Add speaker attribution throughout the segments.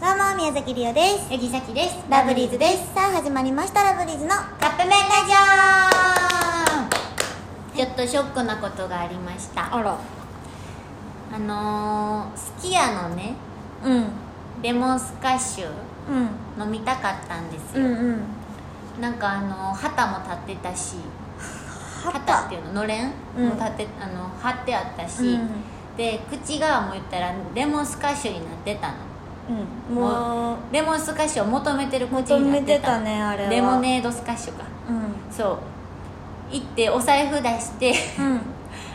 Speaker 1: は宮崎りおです
Speaker 2: ヤギサキです
Speaker 1: ラブリーズですさあ始まりましたラブリーズの
Speaker 2: カップ麺ラジオちょっとショックなことがありましたあ
Speaker 1: ら
Speaker 2: のー、すき家のね
Speaker 1: うん
Speaker 2: レモンスカッシュ
Speaker 1: うん
Speaker 2: 飲みたかったんです
Speaker 1: う
Speaker 2: よ、
Speaker 1: んうん
Speaker 2: なんかあのー旗も立ってたし
Speaker 1: 旗
Speaker 2: っていうののれん、
Speaker 1: うん
Speaker 2: も立ってあの貼ってあったし、
Speaker 1: うん
Speaker 2: で口がもう言ったらレモンスカッシュになってたの
Speaker 1: うんもう
Speaker 2: レモンスカッシュを求めてる口
Speaker 1: 求
Speaker 2: にな
Speaker 1: め
Speaker 2: って
Speaker 1: て
Speaker 2: た
Speaker 1: たねあれは
Speaker 2: レモネードスカッシュか
Speaker 1: うん
Speaker 2: そう行ってお財布出して
Speaker 1: うん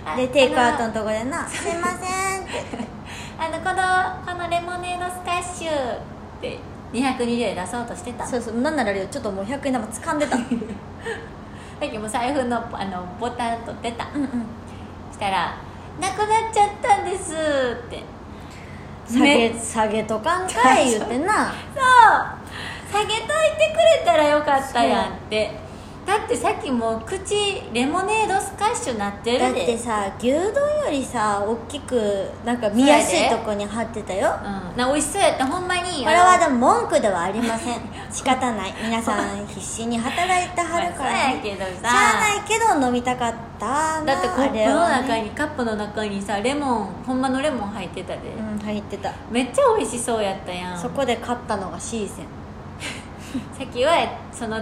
Speaker 2: あ
Speaker 1: でテイクアウト
Speaker 2: あ
Speaker 1: のとこでな「すいません」って
Speaker 2: のあのこのこのレモネードスカッシュって220円出そうとしてた
Speaker 1: そうそうなんならあれよちょっともう100円玉掴んでたうん
Speaker 2: だけどもう財布のあのボタン取ってた
Speaker 1: うん
Speaker 2: したら「なくなっちゃったんです」って
Speaker 1: 下げ、
Speaker 2: ね
Speaker 1: 下げとかんかい言ってな
Speaker 2: そう下げといてくれたらよかったやんってだってさっきもう口レモネードスカッシュなってるで
Speaker 1: だってさ牛丼よりさ大きくなんか見やすいとこに貼ってたよ
Speaker 2: うん、な美味しそうやったほんまに
Speaker 1: これはでも文句ではありま せん仕方ない皆さん必死に働いてはるから、
Speaker 2: まあそうやけどさ
Speaker 1: しゃあないけど飲みたかったな
Speaker 2: だってコッ
Speaker 1: あ
Speaker 2: プ
Speaker 1: れ
Speaker 2: の
Speaker 1: は
Speaker 2: 中
Speaker 1: ね
Speaker 2: にカップの中にさレモンほんまのレモン入ってたで、
Speaker 1: うん入ってた
Speaker 2: めっちゃ美味しそうやったやん
Speaker 1: そこで買ったのが C 線
Speaker 2: さっきはその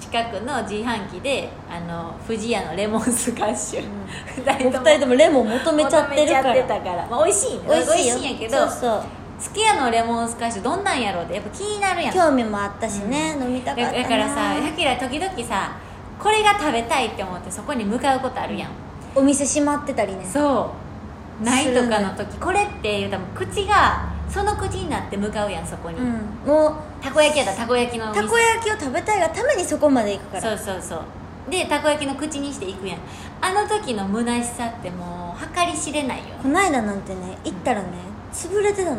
Speaker 2: 近くの自販機であの富士屋のレモンスカッシュ、二
Speaker 1: お二人ともレモン求めちゃってるから
Speaker 2: 求めちゃってたから、まあ、美味しいね
Speaker 1: 美味しいよ
Speaker 2: んやけど
Speaker 1: そうそう
Speaker 2: すき家のレモンスカッシュどんなんやろうってやっぱ気になるやん
Speaker 1: 興味もあったしね、飲みたかったな
Speaker 2: だだからさやけら時々さこれが食べたいって思ってそこに向かうことあるやん、
Speaker 1: お店閉まってたりね
Speaker 2: そうないとかの時これって言うたら口がその口になって向かうやんそこに、
Speaker 1: うんもう
Speaker 2: たこ焼きやったらたこ焼きのお店
Speaker 1: たこ焼きを食べたいがためにそこまで行くから
Speaker 2: そうそうそうでたこ焼きの口にしていくやんあの時の虚しさってもう計り知れないよ
Speaker 1: こないだなんてね行ったらね潰れてたの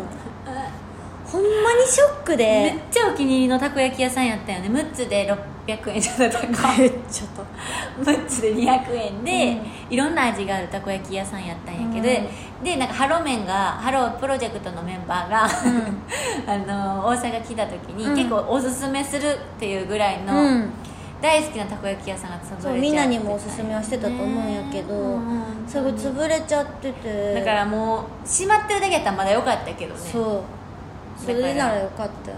Speaker 1: ほんまにショック
Speaker 2: めっ
Speaker 1: で
Speaker 2: ちゃお気に入りのたこ焼き屋さんやったよね6つで600円じゃなかったか
Speaker 1: めっ ちゃと
Speaker 2: 6つで200円で、いろんな味があるたこ焼き屋さんやったんやけど、でなんかハロメンがハロープロジェクトのメンバーが、 あの大阪来た時に、
Speaker 1: うん
Speaker 2: 結構おすすめするっていうぐらいの、
Speaker 1: うん
Speaker 2: 大好きなたこ焼き屋さんが潰れちゃ
Speaker 1: そ
Speaker 2: っ
Speaker 1: う
Speaker 2: て
Speaker 1: みんなにもおすすめはしてたと思うんやけど、
Speaker 2: うん
Speaker 1: それが潰れちゃってて
Speaker 2: だからもう閉まってるだけやったらまだ良かったけどね
Speaker 1: そうそれならよかったよね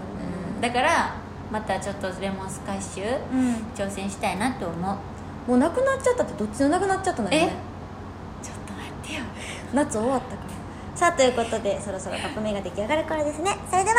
Speaker 2: うんだからまたちょっとレモンスカッシュ
Speaker 1: うん、
Speaker 2: 挑戦したいなと思う
Speaker 1: もうなくなっちゃったってどっちでもなくなっちゃったのよね
Speaker 2: ちょっと待ってよ
Speaker 1: 夏終わったからさあということでそろそろカップ麺が出来上がる頃ですねそれでは